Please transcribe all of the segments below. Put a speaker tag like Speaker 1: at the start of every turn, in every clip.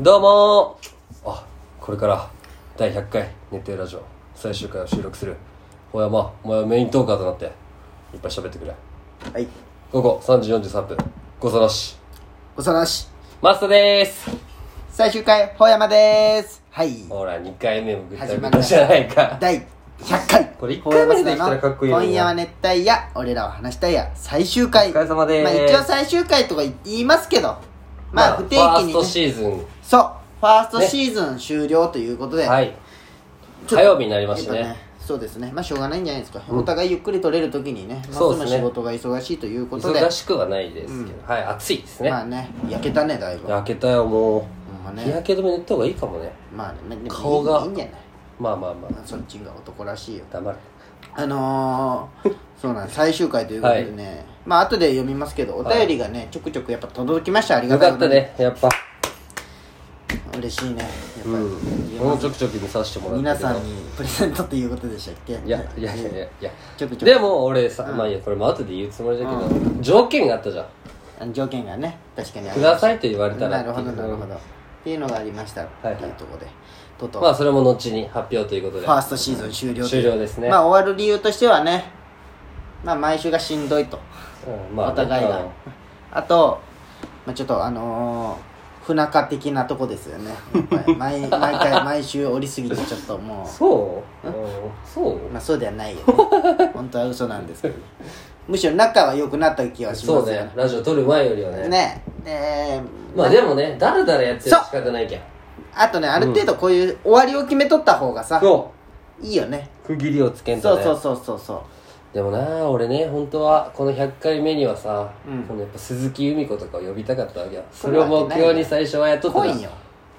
Speaker 1: どうもーあこれから第100回熱定ラジオ最終回を収録する小山お前はメイントーカーとなっていっぱい喋ってくれ
Speaker 2: はい。
Speaker 1: 午後3時43分誤差なし
Speaker 2: おさらし。
Speaker 1: マスタでーす
Speaker 2: 最終回、ほうやまでーす。はい。
Speaker 1: ほら2回目もぐった
Speaker 2: 始ま
Speaker 1: ぐ
Speaker 2: り
Speaker 1: た
Speaker 2: まし
Speaker 1: じ
Speaker 2: た
Speaker 1: ゃない か
Speaker 2: 第100回。
Speaker 1: これ一回目でできたらかっこいいよね
Speaker 2: 今夜は熱帯夜、俺らは話したいや、最終回。
Speaker 1: お疲れ様でーす
Speaker 2: まあ一応最終回とか言いますけど、まあ不定期に、
Speaker 1: ファースト
Speaker 2: ね。
Speaker 1: シーズン
Speaker 2: そう。ファーストシーズン終了ということで。
Speaker 1: はい
Speaker 2: ちょっ
Speaker 1: 火
Speaker 2: と
Speaker 1: 曜日になりましたね
Speaker 2: やっぱそうですね。まあしょうがないんじゃないですか。お互いゆっくり取れるときにね、まあ
Speaker 1: そう
Speaker 2: そ
Speaker 1: です
Speaker 2: の
Speaker 1: ね
Speaker 2: 仕事が忙しいということで。
Speaker 1: 忙しくはないですけど、はい暑いですね、
Speaker 2: まあね、焼けたね、だいぶ。
Speaker 1: 開けたよも
Speaker 2: まあ
Speaker 1: う、
Speaker 2: ね
Speaker 1: 日焼け止め塗った方がいいかもね
Speaker 2: まあね、でもいい
Speaker 1: 顔が
Speaker 2: いいんじゃない
Speaker 1: まあまあまあ
Speaker 2: まあそっちが男らしいよ。
Speaker 1: 黙れ
Speaker 2: あのー、そうなんです最終回ということでね、まあ後で読みますけどお便りがね、ちょくちょくやっぱ届きましたありが
Speaker 1: よ
Speaker 2: たい
Speaker 1: かったねやっぱ
Speaker 2: ことに嬉しいねやっぱり、
Speaker 1: うん、もうちょくちょく見させてもらった
Speaker 2: 皆
Speaker 1: けど
Speaker 2: さんにプレゼントということでしたっけ
Speaker 1: いやいやいやいやいや
Speaker 2: ちょくちょく
Speaker 1: でも俺さ、まあいいやこれも後で言うつもりだけど、条件があったじゃん
Speaker 2: あの条件がね確かにあ
Speaker 1: く
Speaker 2: りま
Speaker 1: だ
Speaker 2: した
Speaker 1: さいと言われたら
Speaker 2: なるほど
Speaker 1: ってい
Speaker 2: な
Speaker 1: う
Speaker 2: るほどっていうのがありましたって
Speaker 1: はい
Speaker 2: いうところで、とうとう
Speaker 1: まあそれも後に発表ということで
Speaker 2: ファーストシーズン終了という
Speaker 1: 終了ですね
Speaker 2: まあ終わる理由としてはねまあ毎週がしんどいと
Speaker 1: うんまあ
Speaker 2: お互いが、
Speaker 1: うん
Speaker 2: あと、まあ、ちょっとあのー、不仲的なとこですよねやっぱり毎 毎回毎週降りすぎてちょっとも
Speaker 1: そう、うん、そう
Speaker 2: うまあそうではないよ ね本当は嘘なんですけどむしろ仲は良くなった気はし
Speaker 1: そ
Speaker 2: ま
Speaker 1: う
Speaker 2: すよ
Speaker 1: ねラジオ撮る前よりはね
Speaker 2: ねで
Speaker 1: まあでもねだらだらやってる
Speaker 2: そう
Speaker 1: 仕方ないけん
Speaker 2: あとねある程度こういう終わりを決めとった方がさ、
Speaker 1: そ
Speaker 2: いいよね
Speaker 1: う区切りをつけんと
Speaker 2: そ
Speaker 1: ね
Speaker 2: うそうそうそうそう
Speaker 1: でもな俺ね本当はこの100回目にはさ、
Speaker 2: うん
Speaker 1: このやっぱ鈴木由美子とかを呼びたかったわけよそ
Speaker 2: そ
Speaker 1: れ
Speaker 2: れ
Speaker 1: を
Speaker 2: はわ
Speaker 1: 目
Speaker 2: けない
Speaker 1: 標に最初はやっとった
Speaker 2: 来
Speaker 1: ら
Speaker 2: いよ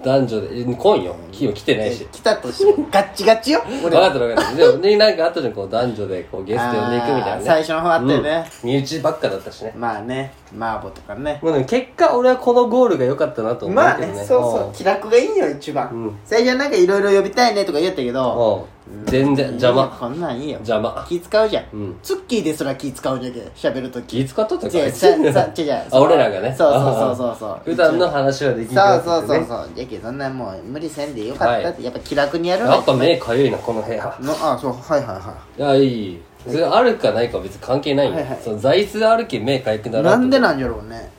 Speaker 1: 男女でえ来んよ今日来てないし
Speaker 2: 来たとして もガッチガチよ
Speaker 1: 分かった分かったでもねなんかあったじゃんこう男女でこうゲスト呼んでいくみたいな
Speaker 2: あ
Speaker 1: ね
Speaker 2: ー最初の方あったよね、
Speaker 1: うん身内ばっかだったしね
Speaker 2: まあね麻婆とかね
Speaker 1: もうでも結果俺はこのゴールが良かったなと思う
Speaker 2: まあ
Speaker 1: けど
Speaker 2: ね
Speaker 1: ね
Speaker 2: そうそう気楽がいいよ一番、
Speaker 1: うん
Speaker 2: 最初なんかいろいろ呼びたいねとか言ったけど
Speaker 1: うんうん全然邪
Speaker 2: いいよ
Speaker 1: 魔
Speaker 2: こんなんいいよ
Speaker 1: 邪魔
Speaker 2: 気使うじゃん、
Speaker 1: うん
Speaker 2: ツッキーですら気使うじゃんけ喋るとき
Speaker 1: 気使っとったか
Speaker 2: 違うささ違う
Speaker 1: あ
Speaker 2: そう
Speaker 1: 俺らがね
Speaker 2: そうそうそうそうそう
Speaker 1: 普段の話はでき
Speaker 2: そ
Speaker 1: んかっ
Speaker 2: う
Speaker 1: た
Speaker 2: そ
Speaker 1: っ
Speaker 2: う
Speaker 1: てね
Speaker 2: そうそうじゃけそんなもう無理せんでよかったって、
Speaker 1: は
Speaker 2: やっぱ気楽にやる
Speaker 1: やっぱ目かゆいなこの部屋
Speaker 2: のあそうはいはいはい
Speaker 1: や いいそれあるかないかは別に関係ないよ、
Speaker 2: はいはい
Speaker 1: その座椅子歩き目かゆくないら
Speaker 2: なんでなんやろうね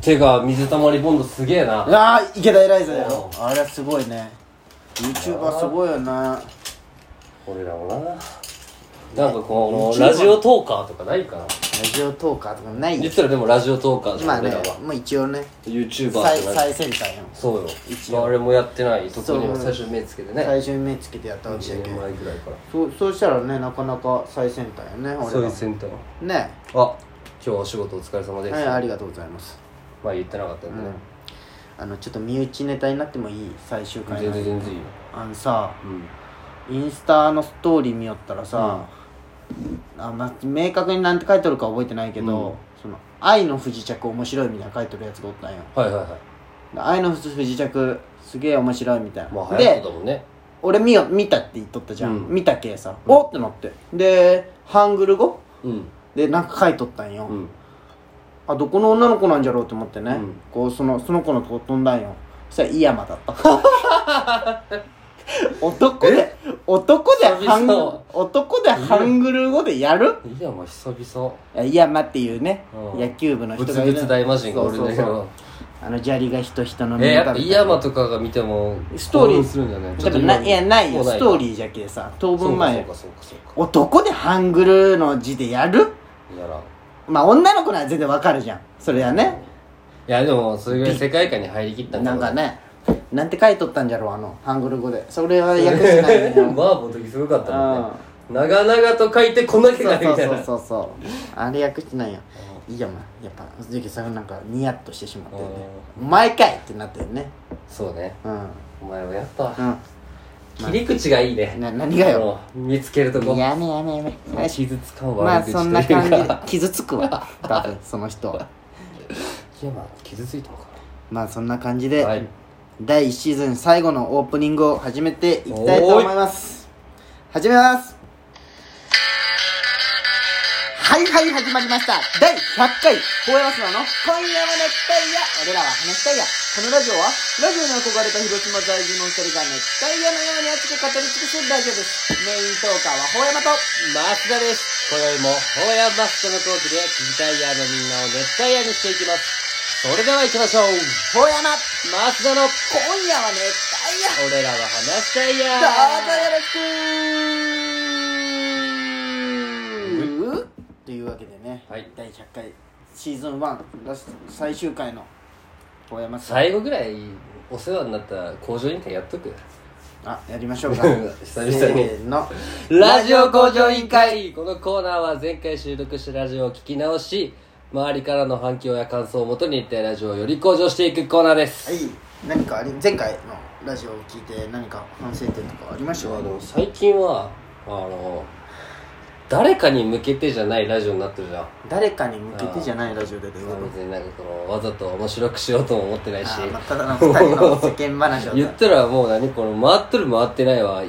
Speaker 1: てか水たまりボンドすげえな
Speaker 2: ああ池田エライザやろあれはすごいね YouTuber すごいよな
Speaker 1: 俺らもななんかこのラジオトーカーとかないかな
Speaker 2: ラジオトーカーとかないよ
Speaker 1: 実はでもラジオトーカーじゃ
Speaker 2: ま
Speaker 1: ん
Speaker 2: あ
Speaker 1: 俺
Speaker 2: ね
Speaker 1: らは、
Speaker 2: まあ一応ね、
Speaker 1: YouTuber
Speaker 2: 最
Speaker 1: じゃない
Speaker 2: 最先端よ。
Speaker 1: そうよ
Speaker 2: 一応
Speaker 1: まああれもやってないとこ
Speaker 2: そう
Speaker 1: には最初目つけてね
Speaker 2: 最初に目つけてやったわけ
Speaker 1: 1
Speaker 2: だけ
Speaker 1: 年
Speaker 2: ど。
Speaker 1: 前ぐらいから
Speaker 2: そう、そうしたらね、なかなか最先端よね、
Speaker 1: そうい
Speaker 2: 俺
Speaker 1: う
Speaker 2: ら。
Speaker 1: 先端
Speaker 2: ね。
Speaker 1: あ今日はお仕事お疲れ様です、
Speaker 2: はい、ありがとうございます。
Speaker 1: まあ言ってなかったん
Speaker 2: う
Speaker 1: でね
Speaker 2: ん、。あの、ちょっと身内ネタになってもいい最終回
Speaker 1: 全
Speaker 2: の
Speaker 1: 然。全然いいよ、
Speaker 2: あのさ、
Speaker 1: うん、
Speaker 2: インスタのストーリー見よったらさ、あまあ、明確になんて書いとるか覚えてないけど、
Speaker 1: うん
Speaker 2: その「愛の不時着面白い」みたいな書いとるやつがおったんよ
Speaker 1: はいはいは
Speaker 2: 「愛の不時着すげえ面白い」みたいな、
Speaker 1: いまあ流行ってたもんね
Speaker 2: 俺見よ見たって言っとったじゃん、
Speaker 1: うん
Speaker 2: 見たけさ、おってなってでハングル語
Speaker 1: うん
Speaker 2: でなんか書いとったんよ、
Speaker 1: うん
Speaker 2: あどこの女の子なんじゃろうと思ってね、
Speaker 1: うん
Speaker 2: こうそのその子のとこ飛んだんよそしたら井山だった 男で男でハング
Speaker 1: 久々
Speaker 2: 男でハングル語でやる
Speaker 1: いやまあ久々
Speaker 2: いや井山っていうね、
Speaker 1: うん
Speaker 2: 野球部の人
Speaker 1: ブ
Speaker 2: が
Speaker 1: ツ
Speaker 2: いる
Speaker 1: ブツ大魔神がおるんだけ
Speaker 2: そうそう
Speaker 1: ど
Speaker 2: そうあの砂利が人人の
Speaker 1: えー、やっぱ
Speaker 2: 食べ
Speaker 1: 井
Speaker 2: たり
Speaker 1: 山とかが見ても
Speaker 2: ストーリー
Speaker 1: 興奮するんだね
Speaker 2: 多分ないやないよストー
Speaker 1: ー
Speaker 2: リーじゃけさ当分前
Speaker 1: そうかそうかそうか
Speaker 2: 男でハングルの字でやる
Speaker 1: そうかやらんい
Speaker 2: まあ女の子なら全然わかるじゃんそれはね
Speaker 1: やでもそれぐらい世界観に入りきった
Speaker 2: なんかねなんて書いとったんじゃろうあのハングル語でそれは訳してないよ
Speaker 1: マーボーの時すごかったもんね長々と書いてこなきゃ
Speaker 2: そう
Speaker 1: なみ
Speaker 2: そう
Speaker 1: たい
Speaker 2: そ
Speaker 1: な
Speaker 2: うそう そうあれ訳してないよいいよまあやっぱ鈴木さんなんかニヤッとしてしまったよね毎回ってなったよね
Speaker 1: そうね
Speaker 2: うん
Speaker 1: お前はやったわ
Speaker 2: う
Speaker 1: 切り口がいいね
Speaker 2: んな何がよ
Speaker 1: もう見つけるとこ
Speaker 2: やめやめやめ最初
Speaker 1: 傷つかん
Speaker 2: まあ
Speaker 1: 悪口
Speaker 2: そ
Speaker 1: とい
Speaker 2: ん
Speaker 1: う
Speaker 2: な感じで
Speaker 1: か
Speaker 2: 傷つくわ多分その人は
Speaker 1: いやまあ傷ついたのか
Speaker 2: まあそんな感じ
Speaker 1: な
Speaker 2: で、
Speaker 1: はい
Speaker 2: 第1シーズン最後のオープニングを始めていきたいと思います始めますはいはい始まりました第100回「ほうやますの今夜も熱帯夜俺らは話したいや」このラジオはラジオに憧れた広島在住のお二人が熱帯夜のように熱く語り尽くすラジオですメイントーカーはほうやまと
Speaker 1: 増田です今宵もホーヤマストのトークで聞きたいヤーのみんなを熱帯夜にしていきますそれでは行きましょう
Speaker 2: ほうやま
Speaker 1: 増田の
Speaker 2: 今夜は熱帯夜
Speaker 1: 俺らは話したいや
Speaker 2: どうぞよろしくというわけでね、
Speaker 1: はい
Speaker 2: 第100回シーズン1ラスト最終回のほうやまさん
Speaker 1: 最後ぐらいお世話になった工場委員会やっとく
Speaker 2: あやりましょうか
Speaker 1: 久々に
Speaker 2: せーの
Speaker 1: ラジオ工場委員会このコーナーは前回収録したラジオを聞き直し周りからの反響や感想をもとに一体ラジオをより向上していくコーナーです
Speaker 2: はい、何かあり前回のラジオを聞いて何か反省点とかありました
Speaker 1: あ
Speaker 2: か
Speaker 1: の最近はあの誰かに向けてじゃないラジオになってるじゃん
Speaker 2: 誰かに向けてじゃないラジオでということ
Speaker 1: 別になんかこのわざと面白くしようとも思ってないし
Speaker 2: あーまあただの二人の世間話を
Speaker 1: 言ったらもう何この回っとる回ってないわ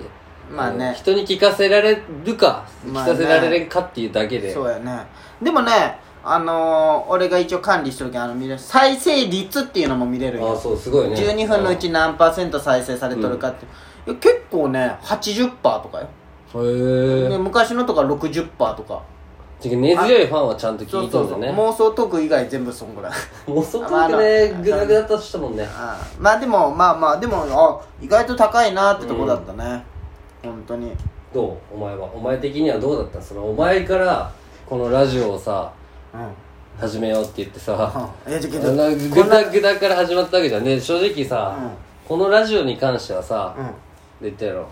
Speaker 2: まあね
Speaker 1: 人に聞かせられるか、
Speaker 2: まあ
Speaker 1: 聞
Speaker 2: ね
Speaker 1: かせられるかっていうだけで
Speaker 2: そうやねでもねあのー、俺が一応管理してるけどあの見れる再生率っていうのも見れる
Speaker 1: ああ
Speaker 2: よ
Speaker 1: そうすごいね
Speaker 2: 12分のうち何パーセント再生されとるかって、いや結構ね80%とか
Speaker 1: う
Speaker 2: よ、
Speaker 1: んへ
Speaker 2: で
Speaker 1: え
Speaker 2: 昔のとか60%とか
Speaker 1: 根強いファンはちゃんと
Speaker 2: そ
Speaker 1: 聞
Speaker 2: う
Speaker 1: いて
Speaker 2: そ
Speaker 1: る
Speaker 2: うんそ
Speaker 1: だ
Speaker 2: う、
Speaker 1: ね
Speaker 2: 妄想トーク以外全部そんぐらい
Speaker 1: もうそこまで
Speaker 2: まああ
Speaker 1: ね
Speaker 2: の
Speaker 1: グダグダとしたもんね
Speaker 2: ああまあでもまあまあでもあ意外と高いなってとこだったね、本当に
Speaker 1: どうお前はお前的にはどうだったそのお前からこのラジオをさ
Speaker 2: うん
Speaker 1: 始めようって言ってさ
Speaker 2: あいやじゃけど
Speaker 1: グダグダから始まったわけじゃんね正直さ、
Speaker 2: うん
Speaker 1: このラジオに関してはさ、
Speaker 2: うん
Speaker 1: で言ったやろ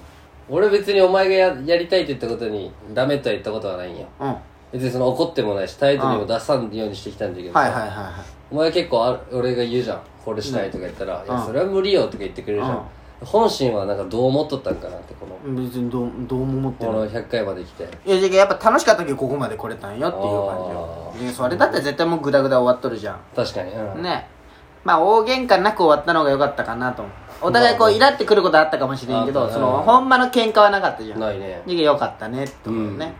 Speaker 1: 俺別にお前がややりたいって言ったことにダメとは言ったことはないんよ
Speaker 2: うんはい
Speaker 1: 別にその怒ってもないしタイトルにも出さんようにしてきたんだけどさ、
Speaker 2: はいはいは
Speaker 1: お前結構ある俺が言うじゃんこれしたいとか言ったら「いやそれは無理よ」とか言ってくれるじゃん、本心はなんかどう思っとったんかなってこの
Speaker 2: い別にどうどうも思って
Speaker 1: こ
Speaker 2: な
Speaker 1: の
Speaker 2: い
Speaker 1: 100回まで来て
Speaker 2: いやじゃけどやっぱ楽しかった時ここまで来れたんよっていう
Speaker 1: あ
Speaker 2: 感
Speaker 1: ー
Speaker 2: じよでそれだって絶対もうグダグダ終わっとるじゃ
Speaker 1: 確かに、うん
Speaker 2: んねまあ大喧嘩なく終わったのが良かったかなと思うお互いこうイラってくることあったかもしれん
Speaker 1: あ
Speaker 2: け
Speaker 1: っ
Speaker 2: ど
Speaker 1: た
Speaker 2: そ
Speaker 1: ね
Speaker 2: のほんまの喧嘩はなかったじゃんじゃ
Speaker 1: ないね
Speaker 2: けど良かったねってことね、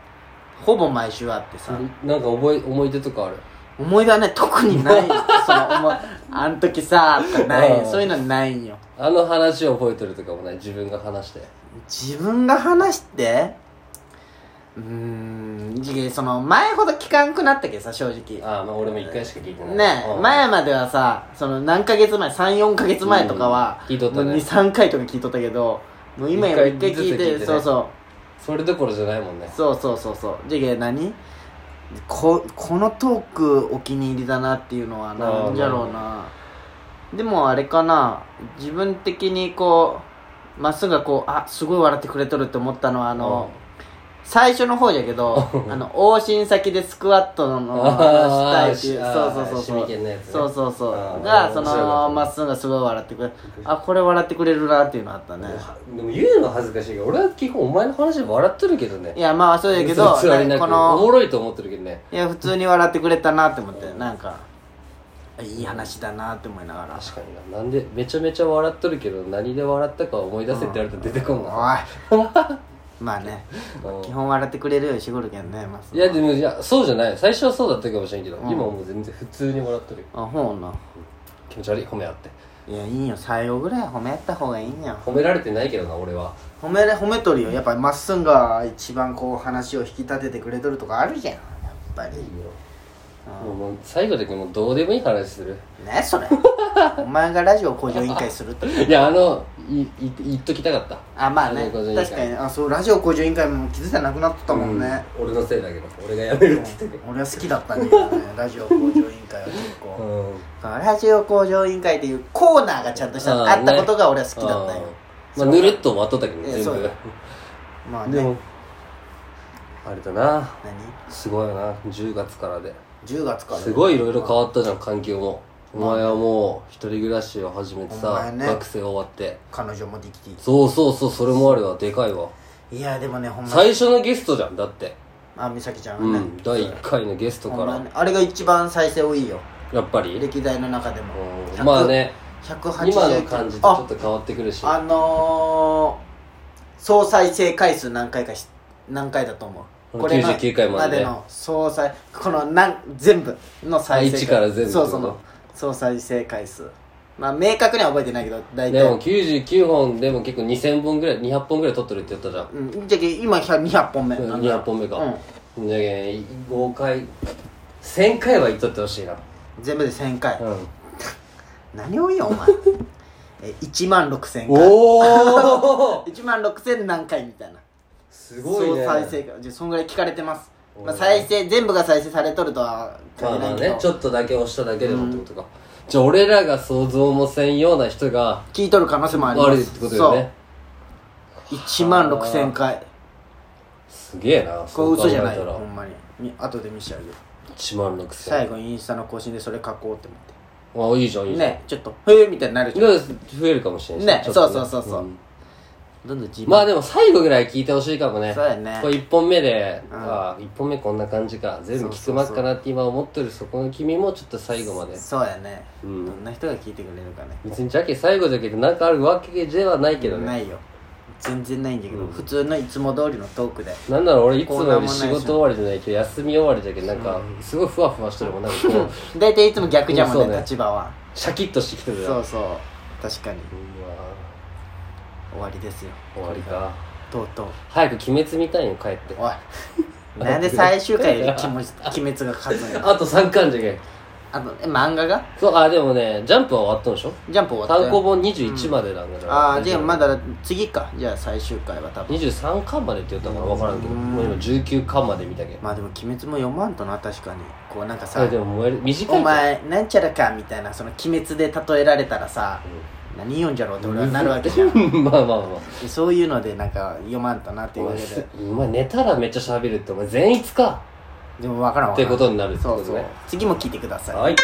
Speaker 2: ほぼ毎週あってさ、
Speaker 1: なんか覚え思い出とかある
Speaker 2: 思い出はね特に ないその思いあん時さとかな
Speaker 1: う
Speaker 2: い
Speaker 1: ん
Speaker 2: そういうのないんよ
Speaker 1: あの話を覚えてるとかもない自分が話して
Speaker 2: 自分が話してうーんじげその前ほど聞かんくなったけどさ正直
Speaker 1: ああまあ俺も1回しか聞いてない
Speaker 2: ね
Speaker 1: うん
Speaker 2: 前まではさその何ヶ月前34ヶ月前とかは、
Speaker 1: うん聞いとったね
Speaker 2: もう23回とか聞いとったけどもう今
Speaker 1: 一
Speaker 2: や
Speaker 1: 回
Speaker 2: 一回聞いて
Speaker 1: ずつ聞いてね
Speaker 2: そうそう
Speaker 1: それどころじゃないもんね
Speaker 2: そうそうそうそうじげ何ここのトークお気に入りだなっていうのはなんじゃろうなでもあれかな自分的にこうまっすぐがこうあすごい笑ってくれとるって思ったのはあの、最初の方や けどあの往診先でスクワットの話したいっていう
Speaker 1: あー
Speaker 2: そうそう
Speaker 1: シ
Speaker 2: そう
Speaker 1: ミ
Speaker 2: そう
Speaker 1: ケンのやつね
Speaker 2: そうそうそう
Speaker 1: あー
Speaker 2: がそ
Speaker 1: 面白かった
Speaker 2: の
Speaker 1: ね
Speaker 2: まっすぐがすごい笑ってくれあこれ笑ってくれるなっていうのあったね
Speaker 1: はでも言うの恥ずかしいけど俺は基本お前の話で笑ってるけどね
Speaker 2: いやまあそうやけど
Speaker 1: 嘘偽りなく
Speaker 2: こ
Speaker 1: お
Speaker 2: の
Speaker 1: もろいと思ってるけどね
Speaker 2: いや普通に笑ってくれたなって思ってなんかいい話だなって思いながら
Speaker 1: 確かにななんでめちゃめちゃ笑っとるけど何で笑ったか思い出せって言われたら出てこんな、
Speaker 2: おいまあね
Speaker 1: うん
Speaker 2: 基本笑ってくれるようにしてくるけんねまあそ
Speaker 1: い
Speaker 2: の
Speaker 1: やでもいやそうじゃない最初はそうだったかもしれんけど、
Speaker 2: うん
Speaker 1: 今はもう全然普通に笑っとるよ
Speaker 2: あほうな
Speaker 1: 気持ち悪い褒め合って
Speaker 2: いやいいよ最後ぐらい褒め合った方がいいんよ
Speaker 1: 褒められてないけどな俺は
Speaker 2: 褒めれ褒めとるよやっぱりまっすんが一番こう話を引き立ててくれとるとかあるじゃんやっぱり
Speaker 1: もうもう最後だけもうどうでもいい話する
Speaker 2: ねそれお前がラジオ向上委員会するって
Speaker 1: いやあのいい言っときたかった
Speaker 2: あまあ
Speaker 1: ラジ
Speaker 2: ね
Speaker 1: オ向上委員会
Speaker 2: 確かにあそうラジオ向上委員会も気づいたらなくなっとったもんね、
Speaker 1: うん俺のせいだけど俺がやめるって言ってね
Speaker 2: 俺は好きだったんだけどねラジオ向上委員会は結
Speaker 1: う
Speaker 2: 構、
Speaker 1: ん
Speaker 2: ラジオ向上委員会っていうコーナーがちゃんとした
Speaker 1: あ
Speaker 2: あ
Speaker 1: ーね
Speaker 2: ったことが俺は好きだったよ、
Speaker 1: まあぬるっと終わっとったけどね
Speaker 2: ええ
Speaker 1: 全
Speaker 2: そう
Speaker 1: 部
Speaker 2: よまあ
Speaker 1: で
Speaker 2: ね
Speaker 1: もあれだな
Speaker 2: 何
Speaker 1: すごいよな10月からで
Speaker 2: 10月から
Speaker 1: すごいいろいろ変わったじゃん環境もお前はもう一人暮らしを始めて
Speaker 2: お
Speaker 1: さ、
Speaker 2: 前ね
Speaker 1: 学生終わって
Speaker 2: 彼女もできてい
Speaker 1: そうそうそうそれもあるわでかいわ
Speaker 2: いやでもねほんま
Speaker 1: 最初のゲストじゃんだって
Speaker 2: あ美咲ちゃん
Speaker 1: う
Speaker 2: はね、
Speaker 1: ん第1回のゲスト
Speaker 2: ほ
Speaker 1: か
Speaker 2: んま
Speaker 1: ら
Speaker 2: ねあれが一番再生多いよ
Speaker 1: やっぱり
Speaker 2: 歴代の中でも
Speaker 1: うん
Speaker 2: 100
Speaker 1: まあね
Speaker 2: 180
Speaker 1: 今の感じとちょっ
Speaker 2: あ
Speaker 1: と変わってくるし
Speaker 2: あのー、総再生回数何回かし何回だと思う
Speaker 1: うん
Speaker 2: これの
Speaker 1: 99回までね
Speaker 2: の総再このなん全部の再生
Speaker 1: あ一から全部
Speaker 2: そうそ
Speaker 1: って
Speaker 2: の
Speaker 1: こ
Speaker 2: 総再生回数まあ明確には覚えてないけど大
Speaker 1: でも
Speaker 2: 体、
Speaker 1: 99本でも結構2000本ぐらい200本ぐらい撮ってるって言ったじゃん
Speaker 2: うん、じゃけ今100 200本目なんだ
Speaker 1: 200本目か、
Speaker 2: うん
Speaker 1: じゃけん5回1000回は行っとってほしいな
Speaker 2: 全部で1000回、
Speaker 1: うん
Speaker 2: 何を言うよお 前え1万6000回
Speaker 1: おお
Speaker 2: 1万6000何回みたいな
Speaker 1: すごいね
Speaker 2: 総再生回じゃあそんぐらい聞かれてます、
Speaker 1: おー
Speaker 2: まあ、再生全部が再生されとるとは
Speaker 1: まあま
Speaker 2: 限らな
Speaker 1: あ
Speaker 2: いけど、
Speaker 1: ねちょっとだけ押しただけでもってことか、じゃあ俺らが想像もせんような人が
Speaker 2: 聞いとる可能性もあります
Speaker 1: 悪いってことよね
Speaker 2: そう1万6000回
Speaker 1: すげえな
Speaker 2: これ嘘じゃない
Speaker 1: そう考
Speaker 2: よほ
Speaker 1: え
Speaker 2: んまにみ後で見せてあげる
Speaker 1: たら1万6000
Speaker 2: 最後にインスタの更新でそれ書こうって思って
Speaker 1: あいいじゃんいいじゃん
Speaker 2: ねちょっと「へえ」みたいになるじゃん
Speaker 1: で増えるかもしれないし
Speaker 2: ね
Speaker 1: ちょっと
Speaker 2: そうそうそうそうんどんどん自分
Speaker 1: まあでも最後ぐらい聞いてほしいかもね
Speaker 2: そうやね
Speaker 1: これ1本目で、
Speaker 2: うん
Speaker 1: あ1本目こんな感じか全部聞くまっかなって今思ってるそこの君もちょっと最後まで
Speaker 2: そうやね、
Speaker 1: うん
Speaker 2: どんな人が聞いてくれるかね
Speaker 1: 別にジャケ最後じゃけどなんかあるわけではないけどね
Speaker 2: ないよ全然ないんだけど、
Speaker 1: うん
Speaker 2: 普通のいつも通りのトークで
Speaker 1: なんだろう俺いつも
Speaker 2: コーナ
Speaker 1: よ
Speaker 2: ー
Speaker 1: り
Speaker 2: もないし
Speaker 1: 仕事終わりじゃないけど休み終わりじゃけどなんかすごいふわふわしてるもんなんかこ う
Speaker 2: 大体いつも逆じゃんも
Speaker 1: うんんそう
Speaker 2: ね
Speaker 1: ね
Speaker 2: 立場は
Speaker 1: シャキッとしてきてる
Speaker 2: そううそう確か
Speaker 1: う
Speaker 2: に
Speaker 1: わ
Speaker 2: 終わりですよ
Speaker 1: 終わりか
Speaker 2: とうとう
Speaker 1: 早く鬼滅見たいよ帰って
Speaker 2: おいなんで最終回より気持ち鬼滅が勝つのよ
Speaker 1: あと3巻じゃけん
Speaker 2: あとえ漫画が
Speaker 1: そうあでもねジャンプは終わったんでしょ
Speaker 2: ジャンプ終わったよ
Speaker 1: 単行本21までなんだから
Speaker 2: ああじゃあまだ次かじゃあ最終回は多分
Speaker 1: 23巻までって言ったから分からんけど
Speaker 2: うん
Speaker 1: もう今19巻まで見たけど
Speaker 2: まあでも「鬼滅」も読まんとな確かにこうなんか
Speaker 1: そ
Speaker 2: さ
Speaker 1: れでも燃える
Speaker 2: 「
Speaker 1: 短い
Speaker 2: お前なんちゃらか」みたいなその「鬼滅」で例えられたらさ、何読んじゃろうって俺はなるわ けじゃん
Speaker 1: ん まあまあまあ
Speaker 2: でそういうのでなんか読まんとなっていうわけで
Speaker 1: お前寝たらめっちゃ喋るってお前善逸か
Speaker 2: でも分からんわ
Speaker 1: ってことになるって
Speaker 2: そ
Speaker 1: こ
Speaker 2: う
Speaker 1: と
Speaker 2: そう
Speaker 1: ね
Speaker 2: 次も聞いてください
Speaker 1: はい